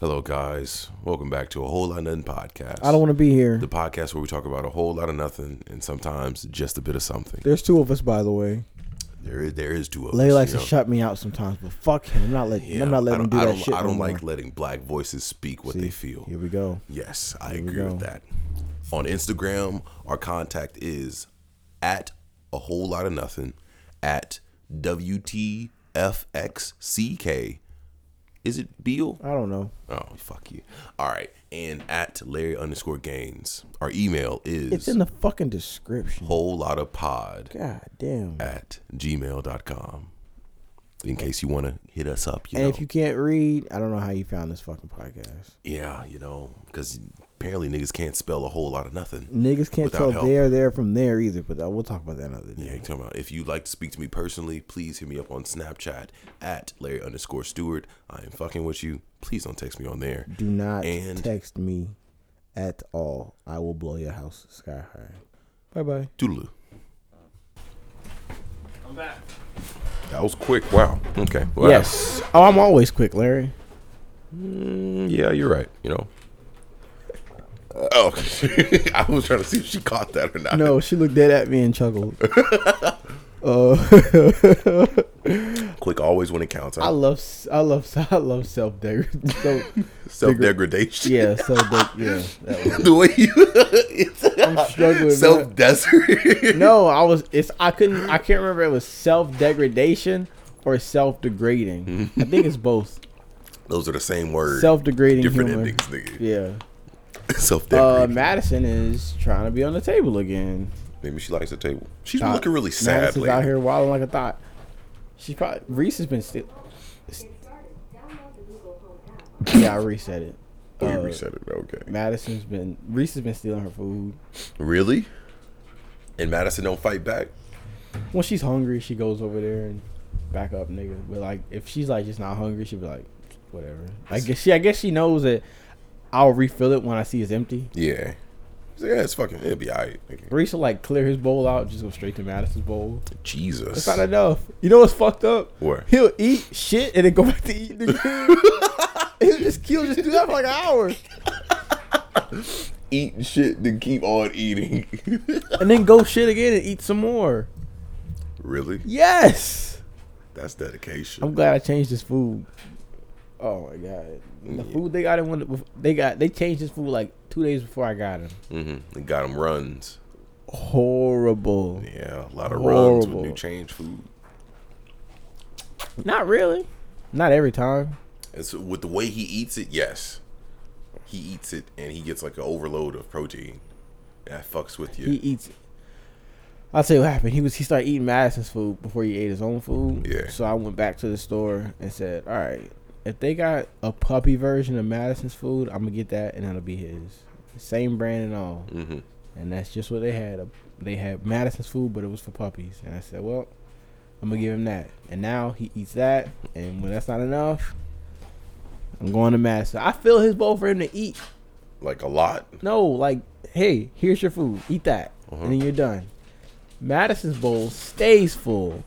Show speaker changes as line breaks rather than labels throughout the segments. Hello, guys. Welcome back to a whole lot of nothing podcast.
I don't want to be here.
the podcast where we talk about a whole lot of nothing and sometimes just a bit of something.
There's two of us, by the way.
There is there is two of
Lay
us.
likes
you
to
know.
shut me out sometimes, but fuck him. I'm not letting.
Yeah,
I'm not letting him do
I
that
don't,
shit.
I
no
don't
more.
like letting black voices speak what they feel.
Here we go.
Yes, I
we
agree with
go.
that. On Instagram, our contact is at a whole lot of nothing at WTFXCK. Is it Beal?
I don't know.
Oh, fuck you. All right. And at Larry underscore gains. Our email
It's
is
in the fucking description.
whole lot of pod
God damn.
at gmail.com. In case you want to hit us up, you
And
know.
if you can't read, I don't know how you found this fucking podcast.
yeah, you know, because apparently niggas can't spell a whole lot of nothing.
Niggas can't
Without
tell
help.
there, there from there either. But uh, we'll talk about that another day.
Yeah, you talking about if you'd like to speak to me personally, please hit me up on Snapchat at Larry underscore Stewart. I am fucking with you. Please don't text me on there.
Do not
And-
text me at all. I will blow your house sky high. Bye bye.
Doodaloo.
I'm back.
That was quick. Wow. Okay. Wow.
Yes. Oh, I'm always quick, Larry.
Mm, yeah, you're right. You know. Oh, I was trying to see if she caught that or not.
No, she looked dead at me and chuckled.
Quick always when it counts.
I love, s- I love, s- I love self degradation. So,
Self degradation.
yeah, so de- yeah. That was,
the way you it's
I'm struggling. with it.
self desert.
No, I was. It's. I couldn't. I can't remember. if It was self degradation or self degrading.
Mm-hmm.
I think it's both.
Those are the same words.
Self degrading.
Different
humor.
endings, nigga.
Yeah.
Self
Uh,
degradation.
Madison is trying to be on the table again.
Maybe she likes the table. She's
Nah,
looking really sad
Madison's out
lately.
here wilding like a thought. She probably Reese has been still.
Get started. Download the Google Home app.
Yeah, I reset it.
Oh, you
Uh,
reset it. Okay.
Madison's been Reese has been stealing her food.
Really? And Madison don't fight back.
When she's hungry, she goes over there and back up, nigga. But like, if she's like just not hungry, she be like, whatever. I guess she. I guess she knows that I'll refill it when I see it's empty.
Yeah. She's like, Yeah, it's fucking. It'll be alright. nigga."
Reese will like clear his bowl out, just go straight to Madison's bowl.
Jesus.
That's not enough. You know what's fucked up?
What?
He'll eat shit and then go back to eating. again. he'll just he'll just do that for like an hour
Eat shit, then keep on eating.
and then go shit again and eat some more.
really?
Yes.
That's dedication.
I'm glad I changed this food. Oh my god, the
Yeah.
food they got in one. of the- They got they changed this food like two days before I got him.
Mm-hmm. And got him runs.
Horrible.
Yeah, a lot of runs with
Horrible.
new change food.
Not really. Not every time.
And so with the way he eats it, yes, he eats it and he gets like an overload of protein. That fucks with you.
He e- eats. I'll tell you what happened. He was he started eating Madison's food before he ate his own food.
Yeah.
So I went back to the store and said, "All right, if they got a puppy version of Madison's food, I'm gonna get that, and that'll be his. Same brand and all.
hmm
and that's just what they had. Uh, They had Madison's food, but it was for puppies. And I said, well, I'm gonna give him that. And now he eats that, and when that's not enough, I'm going to Madison. I fill his bowl for him to eat.
Like a lot.
No, like, hey, here's your food. Eat that,
Uh-huh.
and then you're done. Madison's bowl stays full,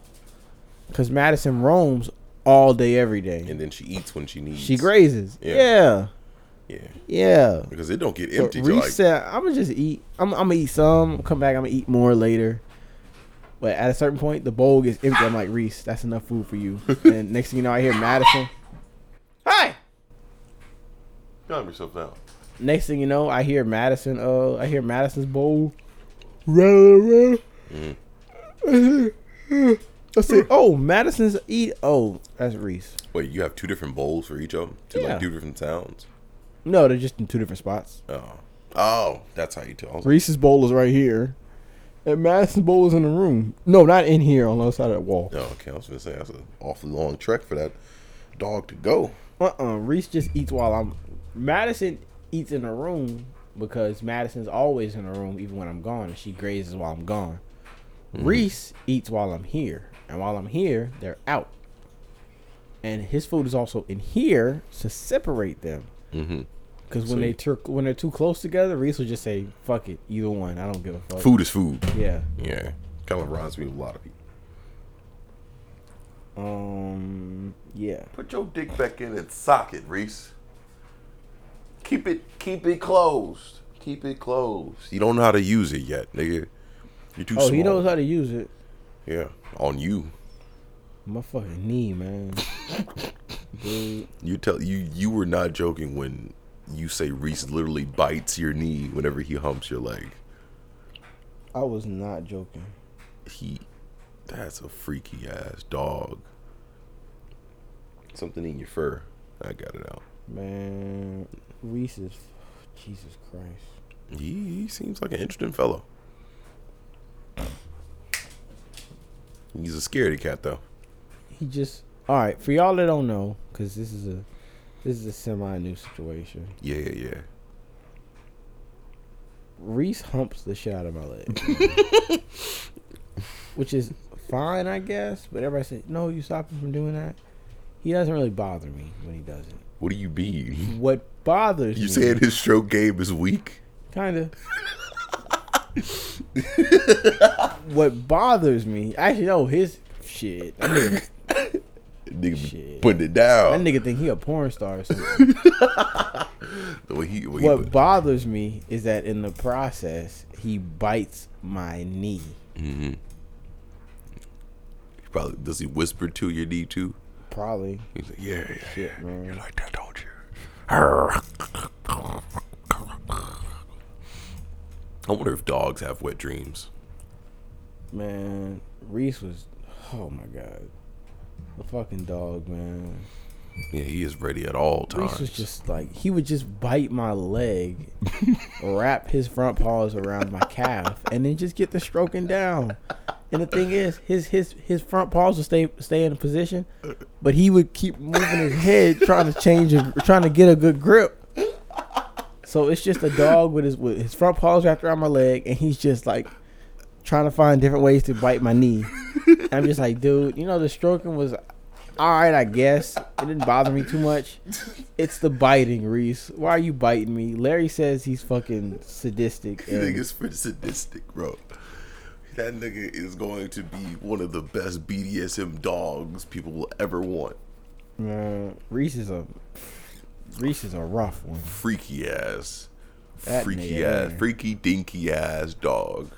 cause Madison roams all day, every day.
And then she eats when she needs.
she grazes.
Yeah.
Yeah,
Yeah,
yeah.
because it don't get
So
empty. till, like,
reset. I'm gonna just eat. I'm, I'm gonna eat some. Come back. I'm gonna eat more later. But at a certain point, the bowl gets empty. I'm like Reese, that's enough food for you. and next thing you know, I hear Madison. Hi.
calm yourself down.
Next thing you know, I hear Madison. Uh, I hear Madison's bowl. Run, run. I say, oh, Madison's eat. Oh, that's Reese.
Wait, you have two different bowls for each of them. Two
Yeah.
like two different sounds.
No, they're just in two different spots.
Oh, oh, that's how you tell. I was like,
Reese's bowl is right here, and Madison's bowl is in the room. No, not in here on the other side of the wall.
oh, okay. I was gonna say that's an awfully long trek for that dog to go.
Uh-uh. Reese just eats while I'm. Madison eats in the room because Madison's always in the room, even when I'm gone, and she grazes while I'm gone.
Mm-hmm.
Reese eats while I'm here, and while I'm here, they're out. And his food is also in here to separate them.
Mm-hmm.
Because
So
when they
you-
tur- when they're too close together, Reese will just say, "Fuck it, either one. I don't give a fuck."
Food is food.
Yeah.
Yeah, kind of reminds me of a lot of people.
Um. Yeah. um,
Put your dick back in its socket, Reese. Keep it keep it closed. Keep it closed. You don't know how to use it yet, nigga. You're too
Oh,
small.
he knows how to use it.
yeah, on you.
My fucking knee, man. Dude,
You tell you you were not joking when you say Reese literally bites your knee whenever he humps your leg.
I was not joking.
He that's a freaky ass dog. Something in your fur. I got it out.
Man, Reese is. Jesus Christ.
He, he seems like an interesting fellow. He's a scaredy cat though.
he just all right for y'all that don't know because this is a this is a semi new situation
Yeah, yeah, yeah.
reese humps the shit out of my leg which is fine i guess but everybody said no you stop him from doing that he doesn't really bother me when he does it
What do you mean?
what bothers
You
me
saying his stroke game is weak?
kind of what bothers me actually no his shit that nigga,
Nigga be
Shit.
putting it
that
down.
nigga think he a porn star or something
The way he, the way he
What
put-
bothers me is that in the process, he bites my knee.
Mm-hmm. he probably does he whisper to your knee too?
Probably.
He's like, yeah, yeah,
Shit,
yeah.
man.
You like that, don't you? I wonder if dogs have wet dreams.
Man, Reese was. Oh my God. The fucking dog, man.
Yeah, he is ready at all times.
Reese was just like, he would just bite my leg, wrap his front paws around my calf, and then just get the stroking down. And the thing is, his his his front paws would stay stay in position, but he would keep moving his head trying to change his, trying to get a good grip. So it's just a dog with his with his front paws wrapped around my leg, and he's just like trying to find different ways to bite my knee. I'm just like, dude, you know the stroking was all right, I guess it didn't bother me too much. It's the biting, Reese. Why are you biting me? Larry says he's fucking sadistic.
That
And
nigga's pretty sadistic, bro. That nigga is going to be one of the best BDSM dogs people will ever want.
Man, Reese is a Reese is a rough one.
Freaky ass,
That
freaky
nigga
ass,
there.
freaky dinky ass dog,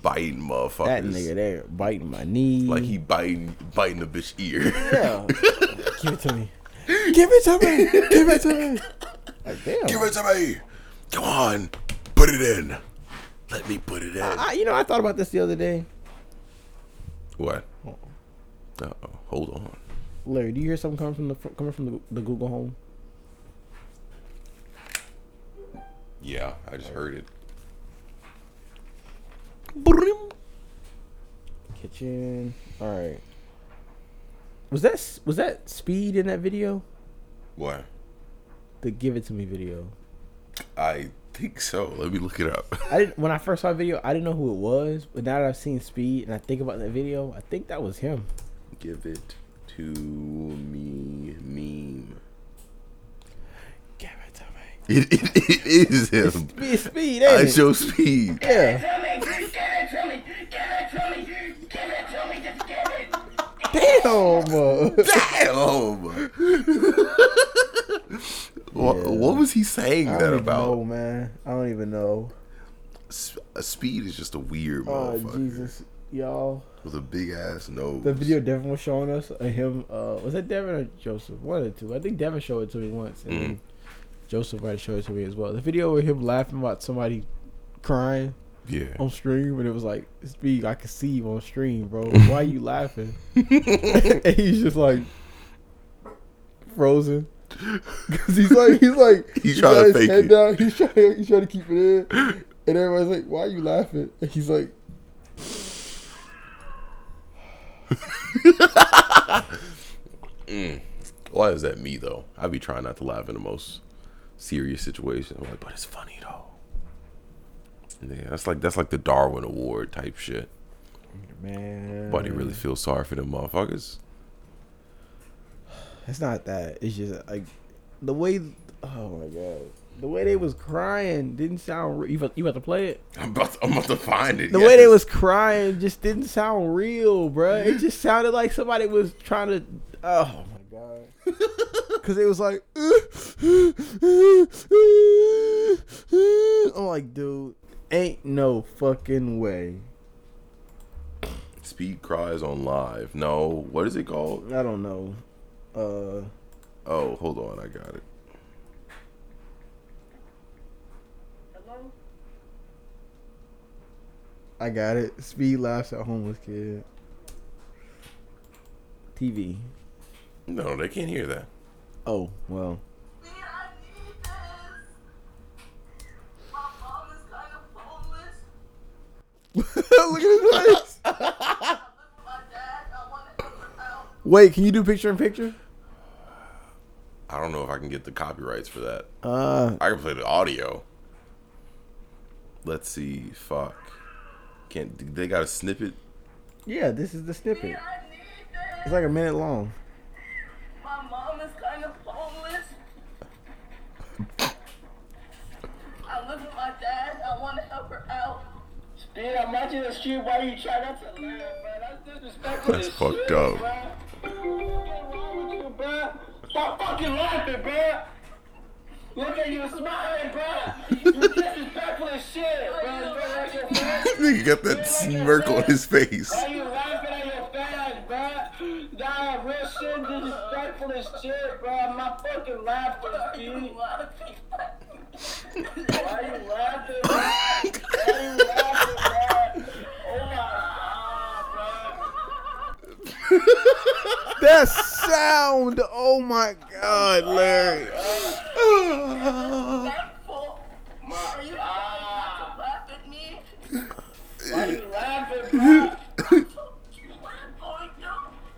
biting motherfuckers.
That nigga there biting my knee.
like he biting biting the bitch ear.
yeah. Give it to me. Give it to me. Give it to me. Like damn.
Give it to me. Come on, put it in. Let me put it in.
I, you know, I thought about this the other day.
What? Uh oh. Hold on.
Larry, do you hear something coming from the coming from the, the Google Home?
Yeah, I just heard it.
Kitchen. All right. Was that s- was that speed in that video?
What?
The give it to me video.
I think so. Let me look it up.
I didn't when I first saw the video, I didn't know who it was, but now that I've seen Speed and I think about that video, I think that was him.
Give it to me meme.
Give it to me.
It, it, it is him.
Speed, speed,
I
ain't it?
show speed.
yeah.
Tell me, give it to me, give it to me, give it to me, just give it.
Damn. uh,
Damn. Wha- what, was he saying
I
that
don't even know,
about?
man. I don't even know.
S- uh, Speed is just a weird
Oh
motherfucker
Jesus, y'all.
with a big ass nose.
The video Devin was showing us of him. Uh, was that Devin or Joseph? One or two. I think Devin showed it to me once, and
Mm-hmm.
then Joseph might have showed it to me as well. The video with him laughing about somebody crying
Yeah.
on stream, and it was like, "Speed, I can see you on stream, bro. Why you laughing?" and he's just like frozen. Cause he's like, he's like,
He's
he
trying
got
to
his
fake
head
it.
Down. He's trying, he's trying to keep it in, and everybody's like, "Why are you laughing?" And he's like,
Why is that me though? I be trying not to laugh in the most serious situations. I'm like, but it's funny though. Yeah, that's like that's like the Darwin Award type shit.
"Man,
Nobody really feels sorry for them motherfuckers.
It's not that. It's just like the way. Oh my god, the way they was crying didn't sound. Re- you about, you about to play it?
I'm about to, I'm about to find it.
The way they was crying just didn't sound real, bruh. It just sounded like somebody was trying to. Oh my god. because it was like, I'm like, dude, ain't no fucking way.
Speed cries on live. No, what is it called?
I don't know. Uh,
Oh, hold on, I got it.
Hello?
I got it. Speed laughs at homeless kid. TV.
No, they can't hear that.
Oh well. Look at his face. Wait, can you do picture in picture?
I don't know if I can get the copyrights for that.
Uh,
I can play the audio. Let's see. Fuck. Can't. They got a snippet.
yeah, this is the snippet. It's like a minute long.
My mom is kind of homeless. I live with my dad. I want to help her out. Dude, I'm not in the street. Why you try not to laugh, man? That's disrespectful.
That's
as
fucked
shit,
up.
bruh. What's wrong with you, bruh? Stop fucking laughing, bruh. Look at you smiling, bruh. You're disrespectful as shit, bruh. You're like your friends.
Nigga got that smirk on his face.
Why you laughing at your fans, bruh? Nah, real shit, disrespectful as shit, bruh. I'm not fucking laughing, dude. Why you laughing, bruh? Why you laughing, bruh? Oh my
That sound! Oh my god, Larry.
god, bruh. Are you laugh at me? Ah, Why you laughing, bruh?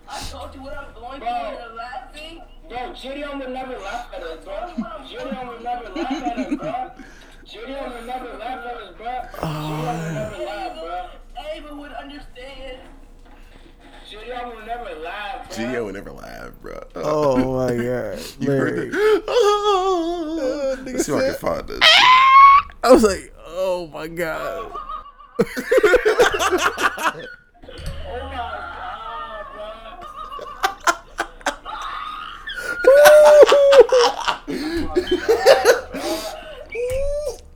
I told you what I'm going through and you're laughing. Yo, Gideon would never laugh at us, bro. Gideon would never laugh at us, bro. Gideon would never laugh at us, bro. Gideon would never laugh, bro. Ava would understand. Gideon would never laugh, bro.
Gio would never laugh, bro.
Oh my god,
you heard
Larry.
that?
Uh, nigga
Let's see if I can
said-
find that.
I was like, oh my god.
Oh my god, bro.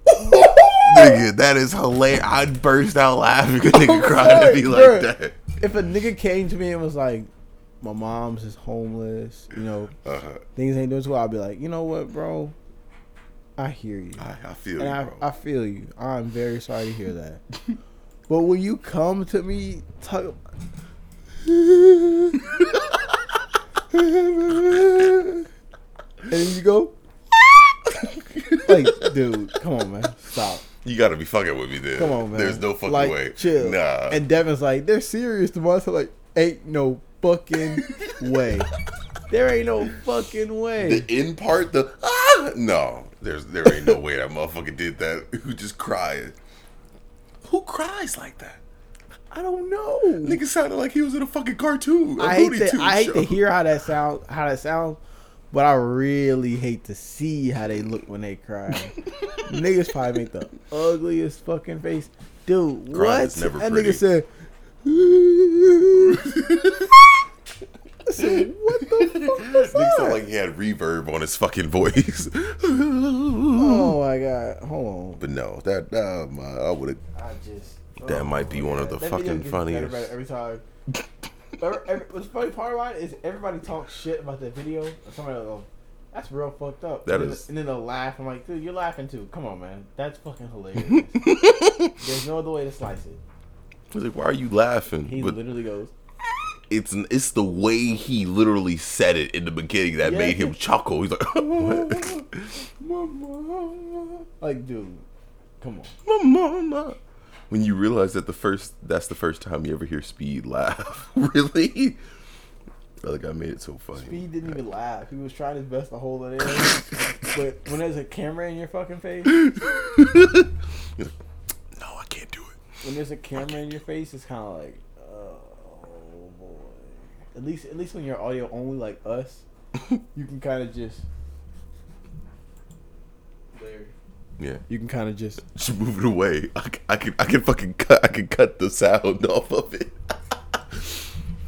nigga, that is hilarious. I'd burst out laughing if a nigga
Oh,
cried to be like
Bruh.
that.
If a nigga came to me and was like, my mom's is homeless, you know,
Uh-huh.
things ain't doing too well, I'd be like, you know what, bro? I hear you.
I, I feel
and
you,
I,
bro.
I feel you. I'm very sorry to hear that. but when you come to me, talk. and you go, like, dude, come on, man, stop.
you gotta be fucking with me, then.
Come on, man.
There's no fucking
like,
way.
Chill.
Nah.
And Devin's like, they're serious tomorrow. So like, ain't no fucking way. There ain't no fucking way.
the in part, the ah, no. There's there ain't no way that motherfucker did that. Who just cried? Who cries like that?
I don't know.
Nigga sounded like he was in a fucking cartoon. a
I hate
Looney
to
Tunes
I hate
show.
to hear how that sound how that sounds, but I really hate to see how they look when they cry. Niggas probably make the ugliest fucking face. Dude,
Crying
what?
is never
that
pretty.
nigga said. I said, what the fuck was
Nigga
that?
sounded like he had reverb on his fucking voice.
oh my god, hold on.
but no, that um, I would have.
I just oh,
That might be one of the
That video
fucking
gets better
funniest.
better Every time. Every, every, what's funny part about it is everybody talks shit about that video. and Somebody will go, that's real fucked up.
That
and then-
is-
and then they'll laugh. I'm like, dude, you're laughing too. Come on, man. That's fucking hilarious. There's no other way to slice it.
was like, why are you laughing?
He
but
literally goes,
it's it's the way he literally said it in the beginning that
Yeah.
made him chuckle. He's like, "What?
like, dude, come on.
my mama. When you realize that the first that's the first time you ever hear Speed laugh, really? I think I made it so funny.
He didn't even laugh. He was trying his best to hold it in. but when there's a camera in your fucking face,
He's like, no, I can't do it.
when there's a camera in your face, it's kind of like, oh boy. At least, at least when you're audio only, like us, you can kind of just. There.
Yeah,
You can kind of just.
just move it away. I, c- I can I can fucking cut I can cut the sound off of it.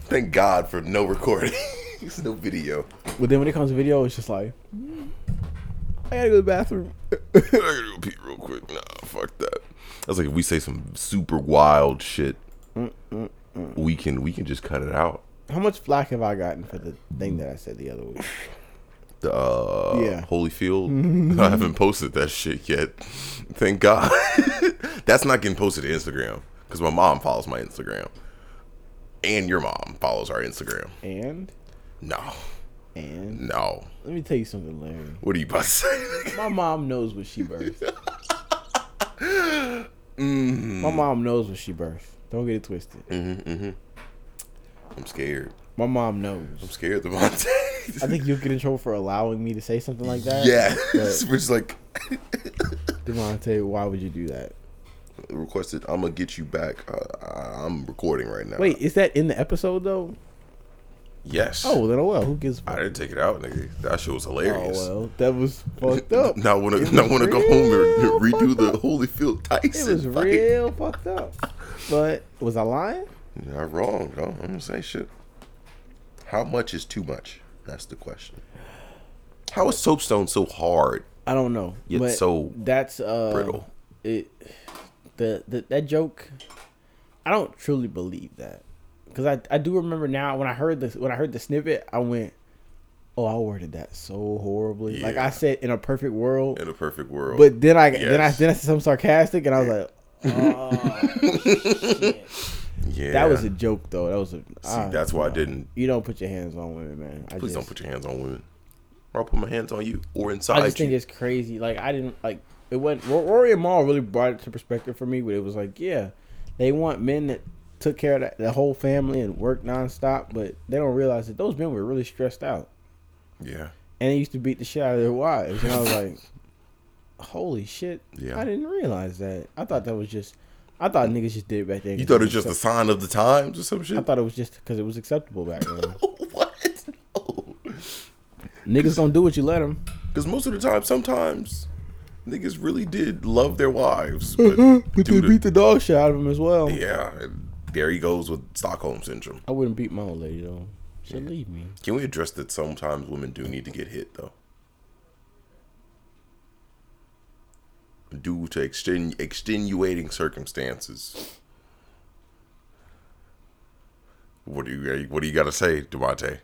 Thank God for no recording. It's no video.
But then when it comes to video, it's just like, I gotta go to the bathroom.
I gotta go pee real quick. Nah, fuck that. That's like if we say some super wild shit, we can we can just cut it out.
How much flack have I gotten for the thing that I said the other week?
The uh,
Yeah.
Holyfield. I haven't posted that shit yet. Thank God. That's not getting posted to Instagram because my mom follows my Instagram, and your mom follows our Instagram.
And
No,
and
no.
let me tell you something, Larry.
What are you about to say?
My mom knows what she birthed. My mom knows what she birthed. Don't get it twisted. mm-hmm.
I'm scared.
My mom knows.
I'm scared, Devontae.
I think you'll get in trouble for allowing me to say something like that.
yeah,
But
which is like
Devontae, why would you do that?
requested. I'm gonna get you back. Uh, I- I'm recording right now.
Wait, is that in the episode though?
Yes.
Oh, then oh well. Who gives a
I
fuck?
didn't take it out, nigga. That shit was
Oh
hilarious.
well, that was fucked up.
Now I wanna, now I wanna go home
real
and re- redo
fucked
the
up.
Holyfield
It
Tyson
was
fight.
real fucked up. But was I lying?
You're Not wrong, though. I'm gonna say shit. How much is too much? That's the question. How is soapstone so hard?
I don't know.
Yet
but
so
that's uh,
brittle.
It the, the that joke. I don't truly believe that because I I do remember now when I heard this when I heard the snippet I went, oh I worded that so horribly. Like
Yeah.
I said in a perfect world,
In a perfect world,
but then I then I
Yes.
then I said something sarcastic and I was like.
yeah,
That was a joke, though. That was a. ah,
See, that's why I didn't.
you don't put your hands on women, man. I
Please
just,
don't put your hands on women. Or I'll put my hands on you or inside
I just
you.
think it's crazy. Like I didn't like it. Went Ro- Rory and Maul really brought it to perspective for me. But it was like, yeah, they want men that took care of that, the whole family and worked nonstop, but they don't realize that those men were really stressed out
yeah,
and they used to beat the shit out of their wives. And I was like, holy shit,
Yeah.
I didn't realize that. I thought that was just. I thought niggas just did it back then.
you thought it was just a sign of the times or some shit.
I thought it was just because it was acceptable back then.
what? No.
niggas don't do what you let them.
Because most of the time, sometimes niggas really did love their wives. But,
But they
due to-
beat the dog shit out of him as well.
yeah, and there he goes with Stockholm syndrome.
I wouldn't beat my old lady though. She'll leave me.
Can we address that sometimes women do need to get hit, though? Due to exten- extenuating circumstances. What do you What do you got to say, Devontae?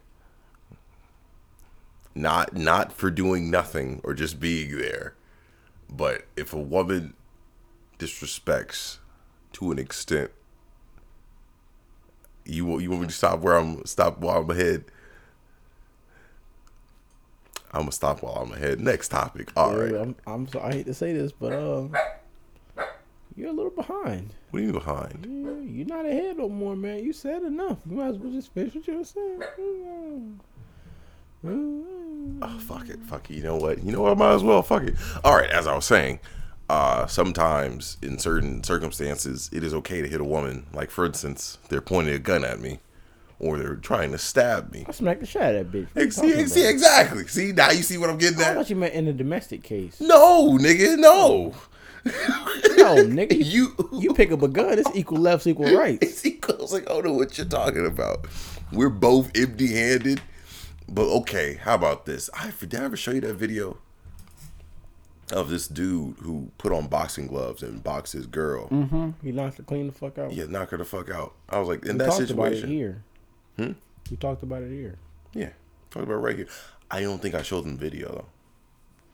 Not not for doing nothing or just being there, but if a woman disrespects to an extent, you want you want me to stop where I'm stop while I'm ahead. I'm gonna stop while I'm ahead. Next topic. All
Really,
right.
I'm, I'm so I hate to say this, but uh, you're a little behind.
What are you behind?
Yeah, You're not ahead no more, man. You said enough. You might as well just finish what you were saying.
Oh, fuck it. Fuck it. You know what? You know what? I might as well. Fuck it. All right. As I was saying, uh, sometimes in certain circumstances, it is okay to hit a woman. Like, for instance, they're pointing a gun at me or they're trying to stab me.
I smacked the shit out of that bitch. What you
Ex- See,
talking
ex- see,
about?
exactly. See, now you see what I'm getting
I
at?
thought you meant in a domestic case.
No, nigga. No.
No, nigga, you,
You.
you pick up a gun. It's equal lefts, equal rights.
It's equals like, oh no, what you're talking about? We're both empty-handed, but okay. How about this? I did I ever show you that video of this dude who put on boxing gloves and boxed his girl?
You knocked her clean the fuck out.
Yeah, knock her the fuck out. I was like, in
we
that
talked about it
situation,
here. Hmm? We talked about it here.
yeah, talk about it right here. I don't think I showed them video though.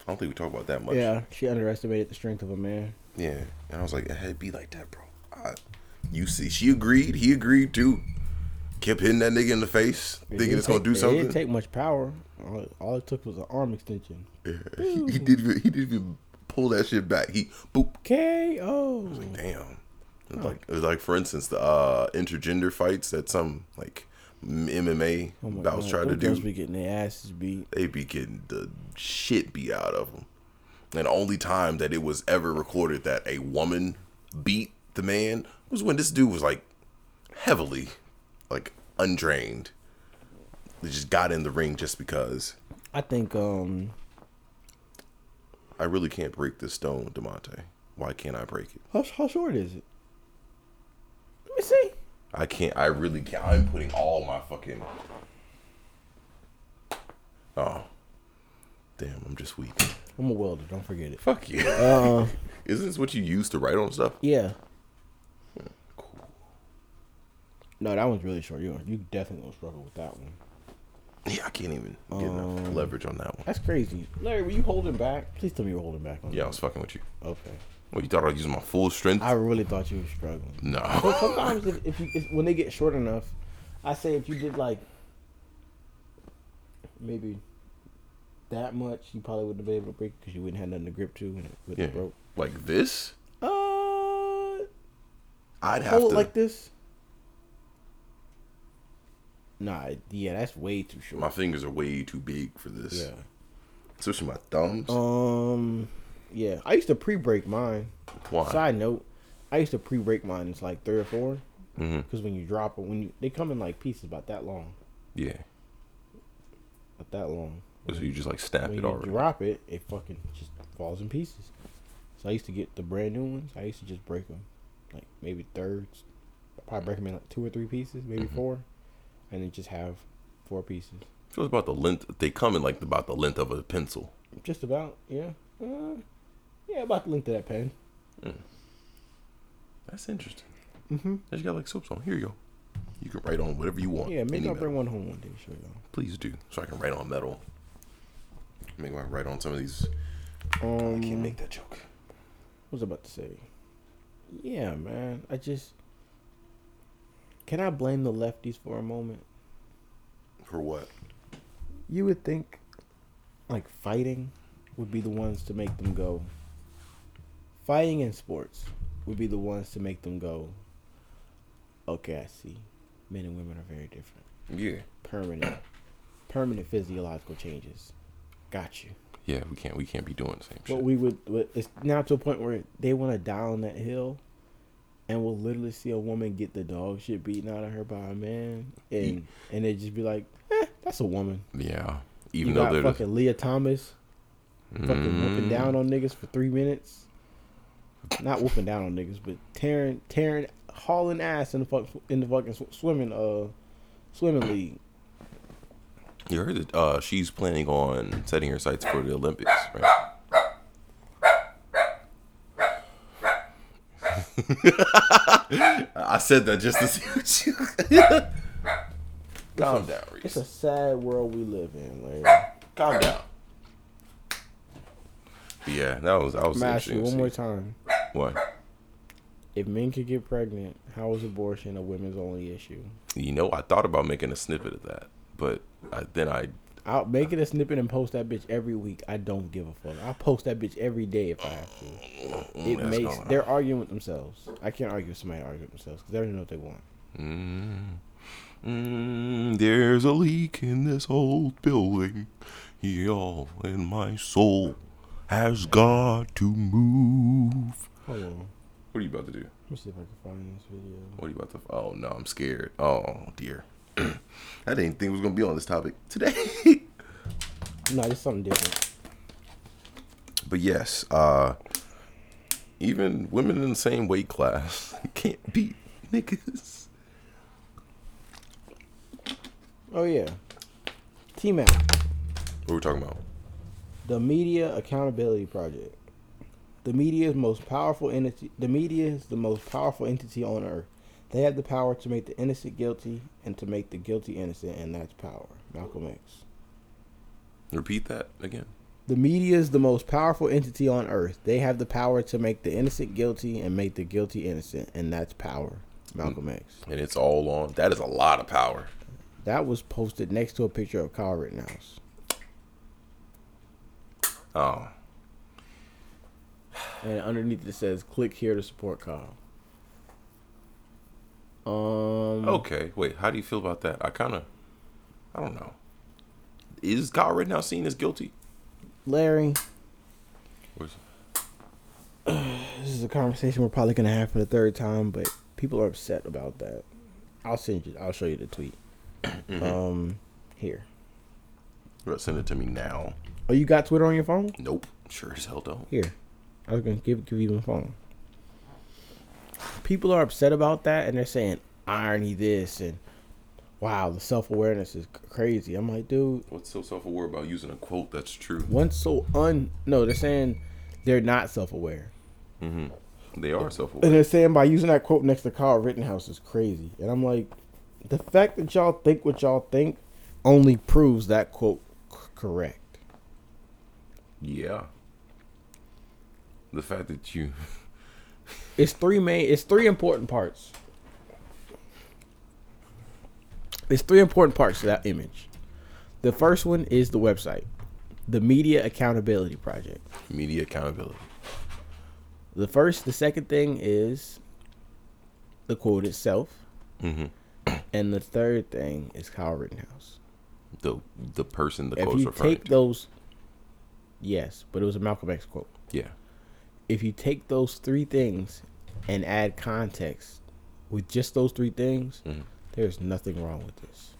I don't think we talked about that much.
Yeah, she underestimated the strength of a man.
Yeah. And I was like, it had to be like that, bro. I, you see, she agreed. He agreed too. Kept hitting that nigga in the face, thinking
didn't
it's gonna
take-
do something.
It didn't take much power. All, all it took was an arm extension.
he, he didn't even he didn't even pull that shit back. He boop.
KO.
Damn. It
Oh.
was Like it was like for instance the uh, intergender fights that some like m- MMA
Oh my
bouts
God,
try to
them
do,
girls be getting their asses beat.
they be getting the shit beat out of them. And the only time that it was ever recorded that a woman beat the man was when this dude was like heavily, like untrained. They just got in the ring just because.
I think um
I really can't break this stone, Demonte. Why can't I break it?
how, how short is it? Let me see.
I can't. I really can't. I'm putting all my fucking Oh, damn! I'm just weak.
I'm a welder. Don't forget it. Uh,
Fuck you. Isn't this what you use to write on stuff?
Yeah.
Cool.
No, that one's really short. You you definitely gonna struggle with that one.
Yeah, I can't even get
Um,
enough leverage on that one.
That's crazy. Larry, were you holding back? Please tell me you were holding back on.
Yeah, I was fucking with you.
that. Okay.
Well, you thought I was using my full strength?
I really thought you were struggling.
no.
Sometimes if, if, you, if when they get short enough, I say if you did like maybe that much, you probably wouldn't have been able to break it because you wouldn't have nothing to grip to and it would
Yeah.
have broke.
Like this?
Uh,
I'd have
hold
to.
it like this. Nah, yeah, that's way too short.
my fingers are way too big for this.
Yeah.
Especially my thumbs.
Um, yeah, I used to pre-break mine.
Why?
Side note, I used to pre-break mine. It's like three or four
Mhm.
because when you drop it, when you they come in like pieces about that long,
Yeah.
about that long.
So you just like snap
When
it
you
already.
drop it, it fucking just falls in pieces. So I used to get the brand new ones. I used to just break them, like maybe thirds. I'd probably break them in like two or three pieces, maybe
Mm-hmm.
four, and then just have four pieces.
So it's about the length. They come in like about the length of a pencil.
Just about, yeah, uh, yeah, about the length of that pen.
That's interesting. Mm-hmm. I just got like soaps on. Here you go. You can write on whatever you want.
Yeah, maybe
any
I'll
metal.
bring one home one day. Show y'all.
Please do. So I can write on metal. Maybe I write on some of these. I can't make that joke.
Um, What was I about to say? Yeah, man. I just can I blame the lefties for a moment?
For what?
You would think like fighting would be the ones to make them go. Fighting in sports would be the ones to make them go. Okay, I see. Men and women are very different.
Yeah.
Permanent, permanent physiological changes. Got you.
Yeah, we can't. We can't be doing the same shit.
But we would. but It's now to a point where they want to down that hill, and we'll literally see a woman get the dog shit beaten out of her by a man, and and they just be like, eh, "That's a woman."
yeah.
You
Even though
got
they're
fucking Leah Thomas, fucking whooping
Mm.
down on niggas for three minutes. Not whooping down on niggas, but tearing, tearing, hauling ass in the fuck in the fucking sw- swimming uh swimming league.
You heard that uh, she's planning on setting her sights for the Olympics, right? I said that just to see what you. Calm down, Reese.
It's a sad world we live in, Larry.
Calm down. But yeah, that was that was
Mash
interesting.
you
to
one
see.
more time.
What?
If men could get pregnant, how is abortion a women's only issue?
You know, I thought about making a snippet of that, but I, then I
I'll make it a snippet and post that bitch every week. I don't give a fuck. I'll post that bitch every day if I have to. It
mm, that's
makes
gone.
they're arguing with themselves. I can't argue with somebody arguing with themselves because they don't know what they want.
Mm, there's a leak in this old building. Y'all and my soul has got to move.
Hold on,
What are you about to do?
let me see if I can find this video.
What are you about to? Oh no, I'm scared. Oh dear. I didn't think it was gonna be on this topic today.
No, it's something different.
but yes, uh, even women in the same weight class can't beat niggas.
Oh yeah, T Mac,
What are we talking about?
the Media Accountability Project. The media's most powerful entity. The media is the most powerful entity on earth. They have the power to make the innocent guilty and to make the guilty innocent, and that's power. Malcolm X.
Repeat that again.
The media is the most powerful entity on earth. They have the power to make the innocent guilty and make the guilty innocent, and that's power. Malcolm X.
And it's all on. That is a lot of power.
That was posted next to a picture of Kyle Rittenhouse.
Oh,
And underneath it says, click here to support Kyle. Um,
Okay, wait. How do you feel about that? I kind of, I don't know. Is Kyle Rittenhouse seen as guilty?
Larry,
Or is,
this is a conversation we're probably going to have for the third time, but people are upset about that. I'll send you, I'll show you the tweet. Um, here.
Well, send it to me now.
Oh, you got Twitter on your phone?
Nope. Sure as hell don't.
Here, I was gonna give give you my phone. People are upset about that, and they're saying irony this and wow, the self awareness is c- crazy. I'm like, dude,
What's so self aware about using a quote that's true?
one's so un. No, they're saying they're not self aware.
They are self
And
aware.
they're saying by using that quote next to Kyle Rittenhouse is crazy. And I'm like, the fact that y'all think what y'all think only proves that quote c- correct.
Yeah. The fact that you
It's three main. It's three important parts. It's three important parts to that image. The first one is the website, the Media Accountability Project.
media accountability.
The first, the second thing is the quote itself,
Mm-hmm.
and the third thing is Kyle Rittenhouse.
The the person the
If
quote's
you
referring
take
to.
those, yes, but it was a Malcolm X quote.
yeah.
if you take those three things and add context with just those three things,
Mm-hmm.
there's nothing wrong with this.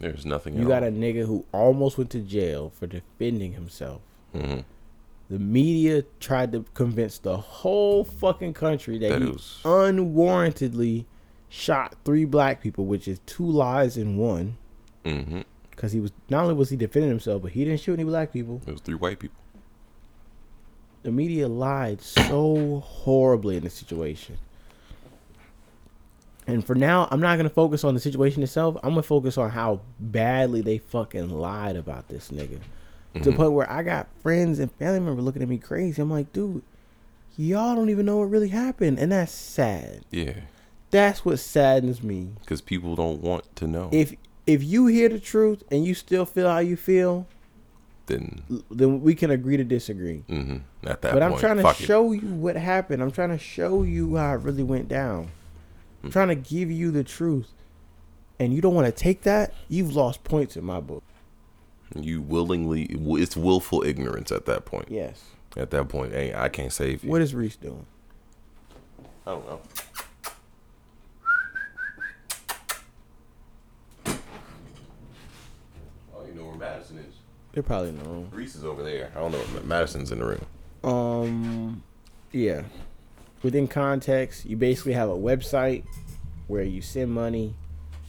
There's nothing
You
at
got
all.
a nigga who almost went to jail for defending himself.
Mm-hmm.
The media tried to convince the whole fucking country that,
That
he
it was-
unwarrantedly shot three black people, which is two lies in one.
Mhm.
Because he was not only was he defending himself, but he didn't shoot any black people
It was three white people.
the media lied so horribly in this situation. And for now, I'm not gonna focus on the situation itself. I'm gonna focus on how badly they fucking lied about this nigga. To the point where I got friends and family members looking at me crazy. I'm like, dude, y'all don't even know what really happened. And that's sad.
Yeah.
That's what saddens me.
Because people don't want to know.
If if you hear the truth and you still feel how you feel,
then
then we can agree to disagree.
hmm at that
But
point,
I'm trying to
fuck it.
show you what happened. I'm trying to show you how it really went down. I'm
Mm.
trying to give you the truth. And you don't want to take that? You've lost points in my book.
you willingly it's willful ignorance at that point.
Yes.
At that point, hey, I can't save you.
What is Reese doing?
I don't know. Oh, you know where Madison is.
They're probably in the room.
Reese is over there. I don't know. if Madison's in the room.
Um yeah. Within context, you basically have a website where you send money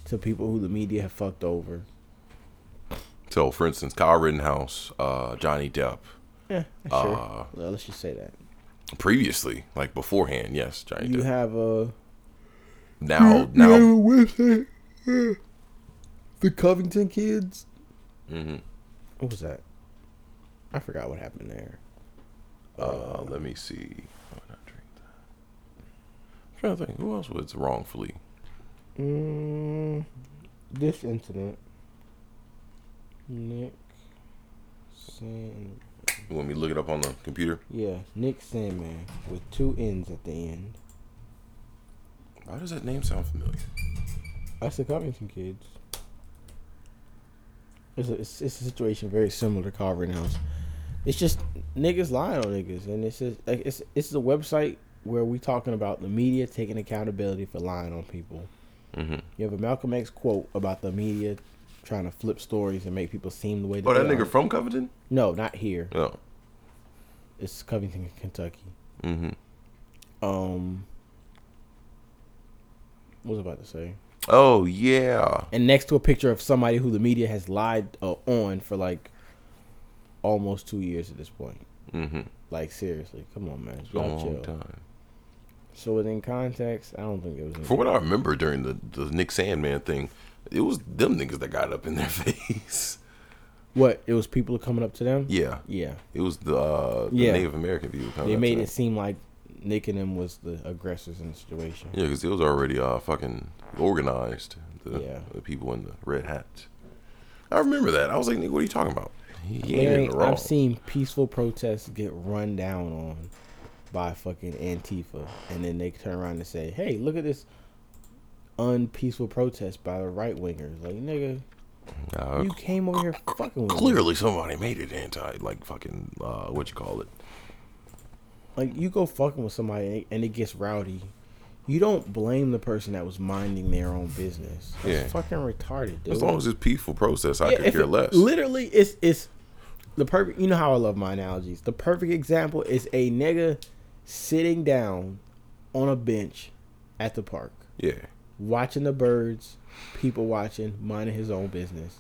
to people who the media have fucked over.
So, for instance, Kyle Rittenhouse, uh, Johnny Depp,
Yeah, sure.
Uh,
Well, let's just say that.
previously, like beforehand, yes, Johnny
You
Depp.
have a
now,
You have Oh, a
now,
website. uh, The Covington Kids.
Mhm.
What was that? I forgot what happened there.
uh, let me see. I would not drink that. I'm trying to think. Who else was wrongfully?
Mm, this incident. Nick. Sand.
You want me to look it up on the computer?
Yeah, Nick Sandman with two N's at the end.
Why does that name sound familiar?
That's the Covington Kids. It's a, it's, it's a situation very similar to Carver House. It's just niggas lying on niggas, and it's just, like it's it's a website where we talking about the media taking accountability for lying on people.
Mhm.
You have a Malcolm X quote about the media trying to flip stories and make people seem the way. That
Oh, that
they
nigga
are.
from Covington?
No, not here.
No.
It's Covington, Kentucky.
Mm-hmm.
Um, what was I about to say?
Oh yeah.
and next to a picture of somebody who the media has lied uh, on for like almost two years at this point.
Mm-hmm.
Like seriously, come on, man. Y'all
Long
chill.
time.
So within context, I don't think it was. any-
From what I remember during the, the Nick Sandman thing, it was them niggas that got up in their face.
what it was, people coming up to them.
yeah. Oh,
yeah.
It was the, uh, the
Yeah.
Native American people. coming
They
up to
made
them.
it seem like Nick and them was the aggressors in the situation.
Yeah, because it was already uh, fucking organized. The,
Yeah.
the people in the red hats. I remember that. I was like, nigga, what are you talking about? He, he ain't
Larry,
in the wrong.
I've seen peaceful protests get run down on by fucking Antifa, and then they turn around and say, "Hey, look at this unpeaceful protest by the right wingers." Like, nigga,
Uh,
You came over here fucking with me.
clearly, somebody made it anti, like fucking, uh, what you call it?
Like you go fucking with somebody and it gets rowdy. You don't blame the person that was minding their own business. That's
Yeah.
fucking retarded, dude.
As long as it's peaceful process, I
Yeah,
could
if
care
it-
less.
Literally, it's it's the perfect. You know how I love my analogies. The perfect example is a nigga sitting down on a bench at the park.
yeah.
watching the birds, people watching, minding his own business.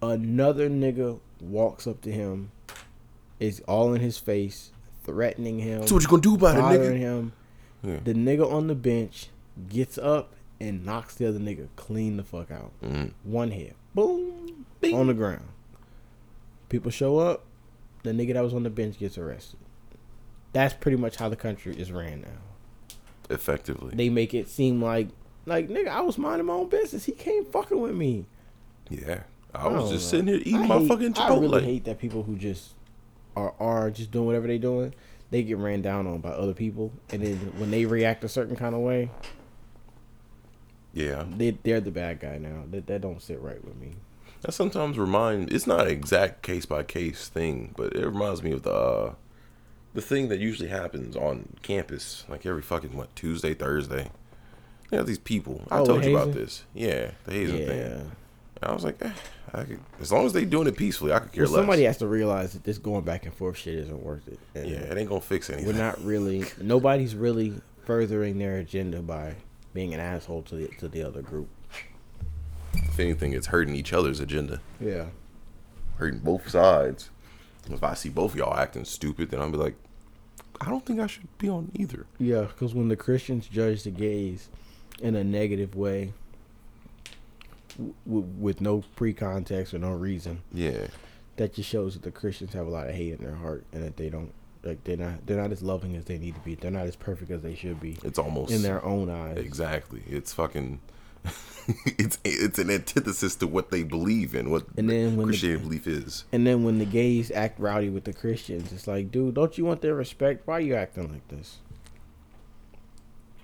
Another nigga walks up to him, is all in his face, threatening him,
So what you gonna do about it,
bothering
nigga?
him.
Yeah.
The nigga on the bench gets up and knocks the other nigga clean the fuck out. One hit, boom,
Bing.
on the ground. People show up. The nigga that was on the bench gets arrested. That's pretty much how the country is ran now
Effectively.
they make it seem like like nigga, I was minding my own business. He came fucking with me.
Yeah. I was
don't
just
know.
sitting here eating
Oh, I
my
hate-
fucking
I
Chipotle.
really hate that people who just are are just doing whatever they doing. They get ran down on by other people, and then when they react a certain kind of way,
yeah.
they they're the bad guy now. That that don't sit right with me.
That sometimes reminds it's not an exact case by case thing, but it reminds me of the uh, the thing that usually happens on campus, like every fucking what, Tuesday, Thursday. They have these people. I
Oh,
told
the
you about
hazing?
this. Yeah, the hazing
yeah.
thing. And I was like, eh, I could, as long as they doing it peacefully, I could care
Well, somebody
less.
has to realize that this going back and forth shit isn't worth it. And
yeah, it ain't gonna fix anything.
we're not really nobody's really furthering their agenda by being an asshole to the to the other group.
if anything, it's hurting each other's agenda,
Yeah.
hurting both sides. And If I see both of y'all acting stupid, then I'll be like, I don't think I should be on either.
Yeah, because when the Christians judge the gays in a negative way, w- w- with no pre-context or no reason,
Yeah,
that just shows that the Christians have a lot of hate in their heart and that they don't like they're not they're not as loving as they need to be. They're not as perfect as they should be
it's almost
in their own eyes.
Exactly. It's fucking. it's it's an antithesis to what they believe in, what
And then when the-
Christian belief is.
And then when the gays act rowdy with the Christians, it's like, dude, don't you want their respect? Why you acting like this?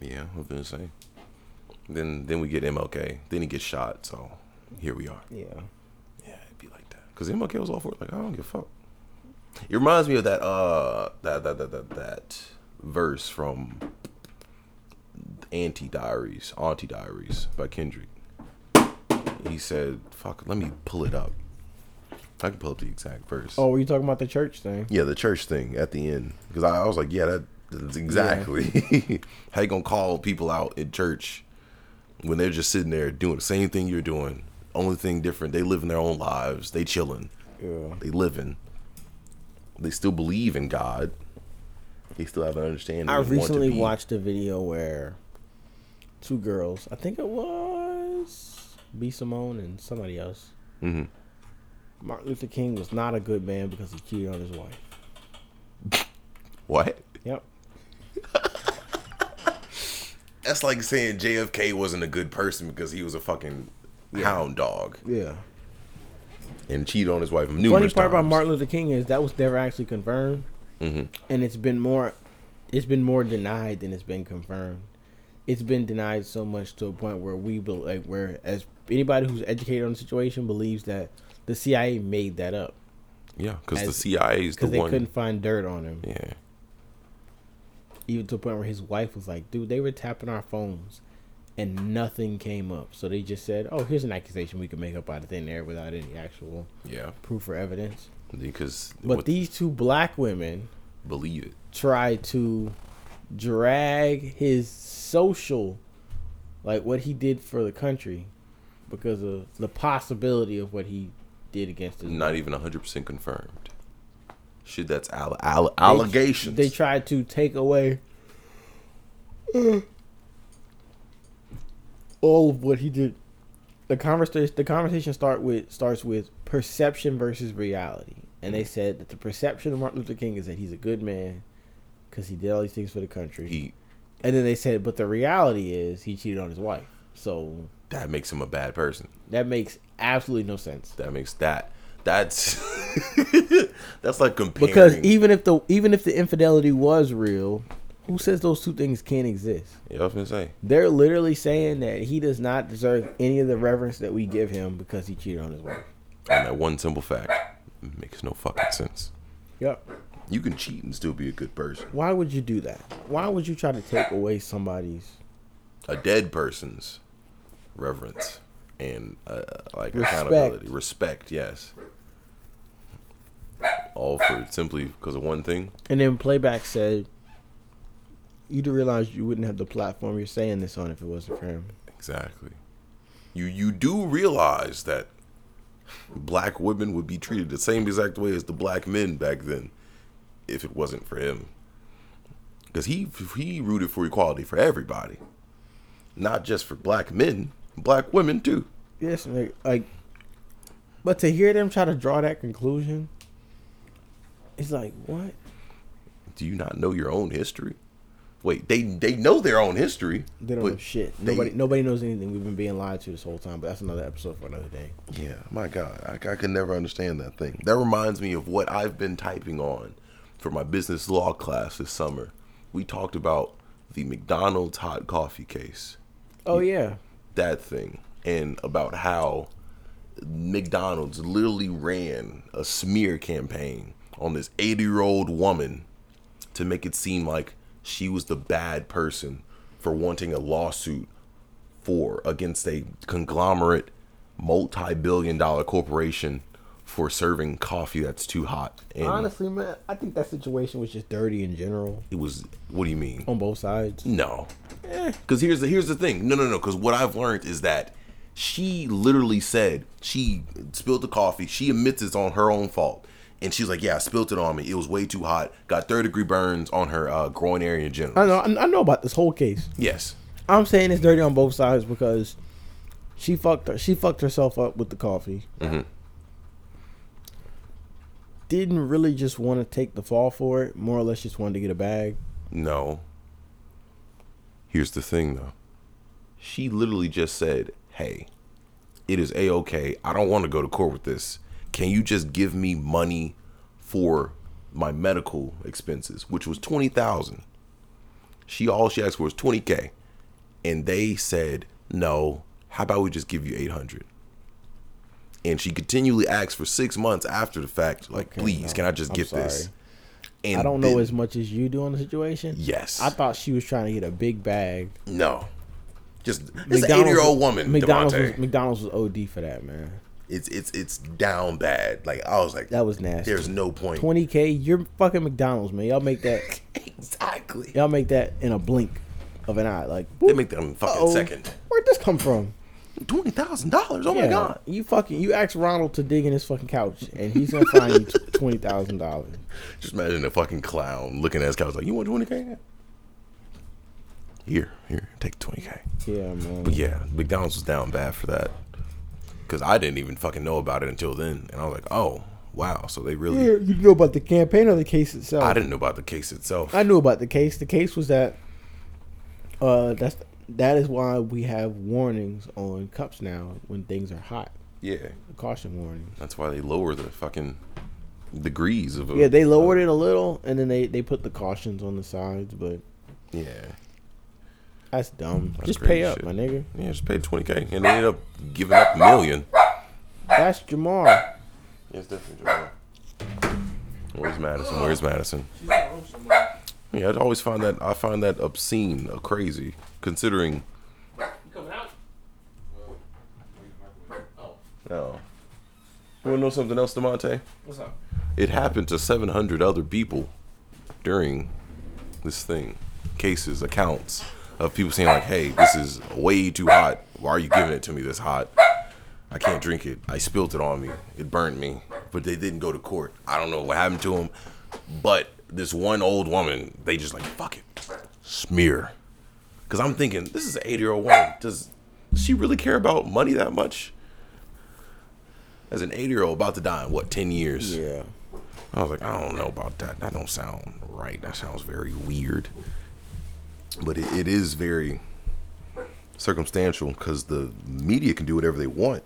Yeah, I was gonna say. Then then we get MLK. Then he gets shot. So here we are.
Yeah.
Yeah, it'd be like that. Cause MLK was all for it. Like I don't give a fuck. It reminds me of that uh that that that that, that verse from Anti Diaries, Auntie Diaries by Kendrick. He said, "Fuck, let me pull it up. I can pull up the exact verse."
Oh, were you talking about the church thing?
Yeah, the church thing at the end because I, I was like, yeah, that, that's exactly how you gonna call people out in church when they're just sitting there doing the same thing you're doing. Only thing different, they living their own lives. They chilling.
Yeah.
They living. They still believe in God. They still have an understanding.
I
of want to
recently
be-
watched a video where two girls, I think it was B. Simone and somebody else.
Mhm.
Martin Luther King was not a good man because he cheated on his wife.
what?
Yep.
That's like saying JFK wasn't a good person because he was a fucking hound dog
Yeah.
and cheated on his wife
Funny
numerous
part about
times.
Martin Luther King is that was never actually confirmed,
Mm-hmm.
and it's been more, it's been more denied than it's been confirmed. It's been denied so much to a point where we bel like where as anybody who's educated on the situation believes that the CIA made that up
yeah, because the
as-
CIA is the
because they
one.
couldn't find dirt on him.
yeah.
even to the point where his wife was like, dude, they were tapping our phones and nothing came up. So they just said, oh, here's an accusation we can make up out of thin air without any actual
Yeah.
proof or evidence.
because
But
what
these two black women
believe it.
tried to drag his social, like what he did for the country, because of the possibility of what he did against his
Not even hundred percent confirmed. Shit, that's all all allegations.
They tried to take away uh, all of what he did. The conversation the conversation start with starts with perception versus reality, and they said that the perception of Martin Luther King is that he's a good man because he did all these things for the country,
he
and then they said, but the reality is he cheated on his wife, so
that makes him a bad person.
that makes absolutely no sense.
That makes that that's that's like comparing.
Because even if the even if the infidelity was real, who says those two things can't exist?
yeah, I was gonna say
They're literally saying that he does not deserve any of the reverence that we give him because he cheated on his wife.
on that one simple fact makes no fucking sense.
Yep.
You can cheat and still be a good person.
Why would you do that? Why would you try to take away somebody's
A dead person's reverence and uh, like
Respect.
accountability, respect. Yes. All for simply because of one thing.
And then playback said, "You do realize you wouldn't have the platform you're saying this on if it wasn't for him."
Exactly. You you do realize that black women would be treated the same exact way as the black men back then, if it wasn't for him. Because he he rooted for equality for everybody, not just for black men, black women too.
Yes, like, like, but to hear them try to draw that conclusion, it's like what?
Do you not know your own history? Wait, they they know their own history.
They don't
but
know shit.
they-
nobody, nobody knows anything. We've been being lied to this whole time, but that's another episode for another day.
Yeah, my God, I, I could never understand that thing. That reminds me of what I've been typing on for my business law class this summer. We talked about the McDonald's hot coffee case,
Oh yeah,
that thing, and about how McDonald's literally ran a smear campaign on this 80 year old woman to make it seem like she was the bad person for wanting a lawsuit for against a conglomerate multi-billion dollar corporation for serving coffee that's too hot and
honestly, man, I think that situation was just dirty in general
it was what do you mean
on both sides.
no because here's the here's the thing no no no because what i've learned is that she literally said she spilled the coffee she admits it's on her own fault and she's like yeah i spilled it on me it was way too hot got third degree burns on her uh, groin area in general
I know, I I know about this whole case.
yes
I'm saying it's dirty on both sides because she fucked her, she fucked herself up with the coffee. Didn't really just want to take the fall for it. More or less, just wanted to get a bag.
No. Here's the thing, though. She literally just said, Hey, it is A OK. I don't want to go to court with this. Can you just give me money for my medical expenses, which was 20000 She All she asked for was 20K. And they said, No, how about we just give you 800 And she continually asked for six months after the fact, like,
Okay,
please,
no,
can I just
I'm
get this?
sorry.
And
I don't know
then-
as much as you do on the situation.
Yes.
I thought she was trying to get a big bag.
No. Just it's an eighty year old woman,
McDonald's
Devontae.
was, McDonald's was OD for that man.
it's it's it's down bad. Like I was like,
That was nasty.
there's no point.
Twenty k, you're fucking McDonald's man. Y'all make that.
exactly.
y'all make that in a blink of an eye. Like
They
boop,
make them fucking
uh-oh.
second.
Where'd this come from?
Twenty thousand dollars. Oh my
Yeah,
god.
You fucking you asked Ronald to dig in his fucking couch, and he's gonna find you twenty thousand dollars.
Just imagine a fucking clown looking at his couch like, you want twenty k? Here, here, take twenty k.
Yeah, man.
But yeah, McDonald's was down bad for that. Cause I didn't even fucking know about it until then, and I was like, oh wow. So they really.
You- You know about the campaign or the case itself?
I didn't know about the case itself.
I knew about the case. The case was that. Uh, that's that is why we have warnings on cups now when things are hot.
yeah,
Caution warnings.
that's why they lower the fucking degrees of. A,
Yeah, they lowered it a little, and then they they put the cautions on the sides, but
Yeah.
that's dumb. Just
crazy
pay up,
shit.
my nigga.
Yeah, just paid 20K and they ended up giving up a million.
That's Jamar.
Yes, definitely. Jamal. Where's Madison? Where's Madison? Yeah, I'd always find that I find that obscene, uh, crazy, considering. No. You wanna know something else, Demonte?
What's up?
It happened to 700 other people during this thing. Cases, accounts of people saying like, "Hey, this is way too hot. Why are you giving it to me this hot? I can't drink it. I spilled it on me. It burned me." But they didn't go to court. I don't know what happened to them. But this one old woman, they just like, "Fuck it, smear." Because I'm thinking, this is an 80 year old woman. Does she really care about money that much? As an 80 year old about to die in what 10 years?
Yeah.
I was like, I don't know about that. That don't sound right. That sounds very weird. But it, it is very circumstantial because the media can do whatever they want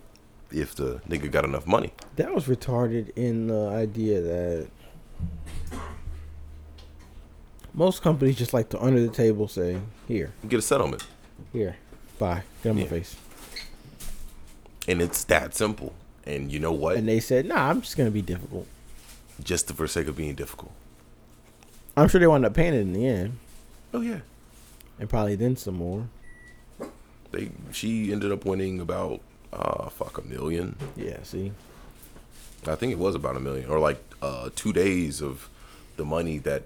if the nigga got enough money.
That was retarded in the idea that most companies just like to under the table say, "Here,
Get a settlement.
here, bye, get on
Yeah.
my face,"
And it's that simple. And you know what?
and they said, "Nah, I'm just gonna be difficult."
Just for the sake of being difficult.
I'm sure they wound up paying it in the end,
Oh, yeah.
and probably then some more.
They She ended up winning about, uh, fuck, a million.
Yeah, see,
I think it was about a million or like uh, two days of the money that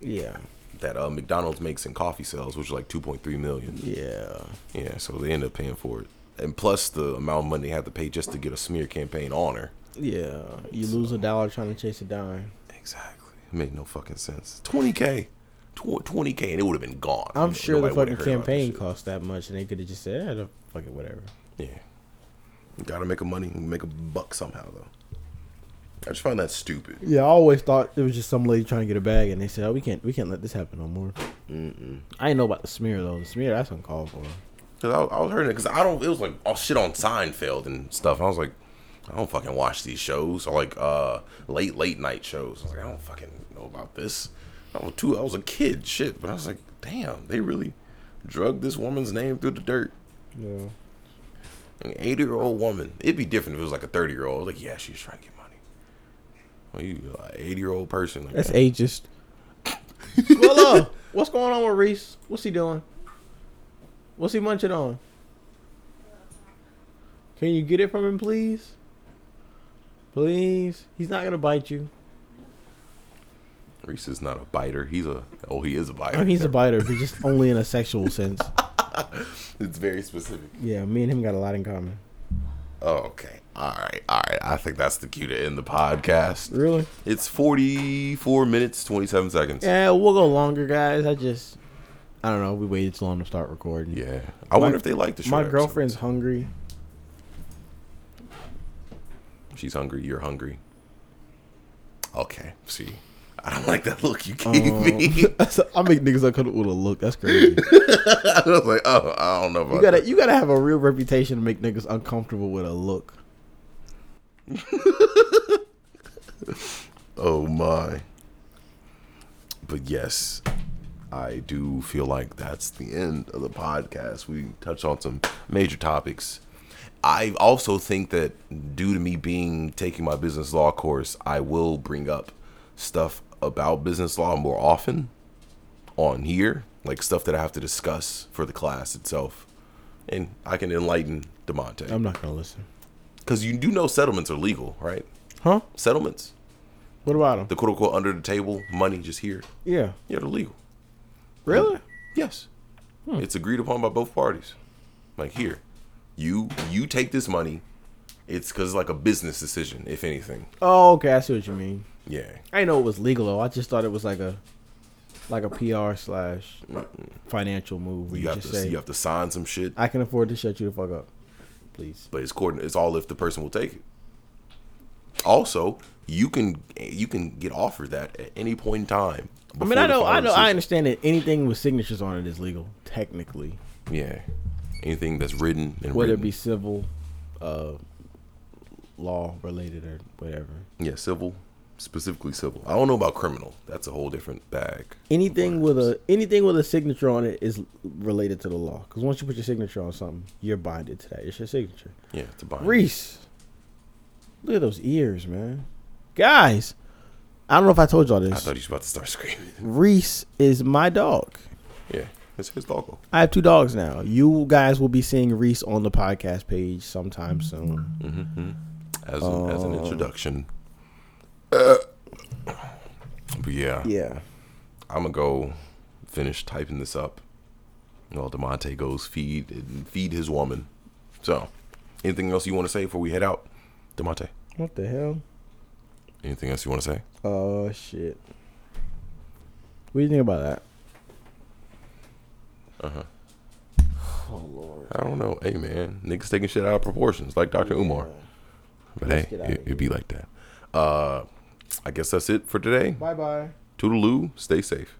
yeah,
that uh, McDonald's makes in coffee sales, which is like 2.3 million.
Yeah.
Yeah, so they end up paying for it, and plus the amount of money they have to pay just to get a smear campaign on her.
Yeah. You lose a dollar trying to chase a dime.
Exactly, it made no fucking sense. 20k, twenty k, and it would have been gone.
I'm
No-
sure the
nobody would've
fucking
heard about that
campaign
shit.
cost that much, and they could have just said, "Eh, the- fuck it, whatever."
Yeah. Gotta make a money, make a buck somehow though. I just find that stupid.
Yeah, I always thought it was just some lady trying to get a bag, and they said, "Oh, we can't, we can't let this happen no more." I didn't know about the smear though. The smear, that's uncalled for.
Cause I, I was hurting it, cause I don't. It was like all shit on Seinfeld and stuff. I was like, I don't fucking watch these shows or like uh late late night shows. I was like, I don't fucking know about this. I was too. I was a kid, shit. But I was like, damn, they really drugged this woman's name through the dirt.
Yeah.
An 80 year old woman. It'd be different if it was like a 30 year old. Like, yeah, she's trying to get money. Well, you like 80 year old person. Like,
That's ageist. Squilla, what's going on with Reese? What's he doing? What's he munching on? Can you get it from him, please? Please, he's not gonna bite you.
Reese is not a biter. He's a oh, he is a biter.
I mean, he's a biter, but just only in a sexual sense.
it's very specific.
Yeah, me and him got a lot in common.
Oh, okay. All right. All right. I think that's the cue to end the podcast.
Really?
It's 44 minutes 27 seconds. Yeah.
Yeah, we'll go longer, guys. I just, I don't know. We waited too long to start recording.
I wonder
My-
if they like the show.
My girlfriend's hungry.
She's hungry. You're hungry. Okay. See. I don't like that look you gave
Um,
me.
that's- I make niggas uncomfortable with a look. That's crazy.
I was like, oh, I don't know about
You gotta,
that.
you gotta have a real reputation to make niggas uncomfortable with a look.
Oh my. But yes, I do feel like that's the end of the podcast. We touched on some major topics. I also think that due to me being taking my business law course, I will bring up stuff about business law more often on here, like stuff that I have to discuss for the class itself. And I can enlighten
I'm
DeMonte.
not gonna listen.
Because you do know settlements are legal, right?
Huh?
Settlements.
What about him?
the quote unquote under the table money just here.
Yeah. Hmm.
Yeah, they're legal.
Really?
Yes. It's agreed upon by both parties. Like here, you you take this money. It's because like a business decision, if anything.
Oh, okay. I see what you mean.
Yeah.
I didn't know it was legal though. I just thought it was like a, like a PR slash financial move. Where
You
you,
have
just
to
say,
you have to sign some shit,
I can afford to shut you the fuck up, please.
but it's coordin- It's all if the person will take it. Also, you can you can get offered that at any point in time.
I
before
mean, I
the
know,
final
I know, I
decision.
understand that anything with signatures on it is legal technically,
Yeah. Anything that's written and
whether it
written.
be civil, uh, law related or whatever.
yeah civil, specifically civil. I don't know about criminal. That's a whole different bag.
Anything with a anything with a signature on it is related to the law. Because once you put your signature on something, you're binded to that. It's your signature.
Yeah, it's a bind.
Reese, look at those ears, man. Guys, I don't know if I told y'all
I
this.
thought he was about to start screaming.
Reese is my dog.
Yeah, it's his doggo.
I have two dogs now. You guys will be seeing Reese on the podcast page sometime soon.
As an, as an introduction. but yeah,
Yeah.
I'm gonna go finish typing this up. While Demonte goes feed and feed his woman. So, anything else you want to say before we head out, Demonte?
What the hell?
Anything else you want to say?
Oh shit. What do you think about that?
I don't know. Hey man, niggas taking shit out of proportions like Dr. Umar. But
Let's
hey,
get outta
it, it'd be like that. Uh, I guess that's it for today.
Bye bye.
Toodaloo. Stay safe.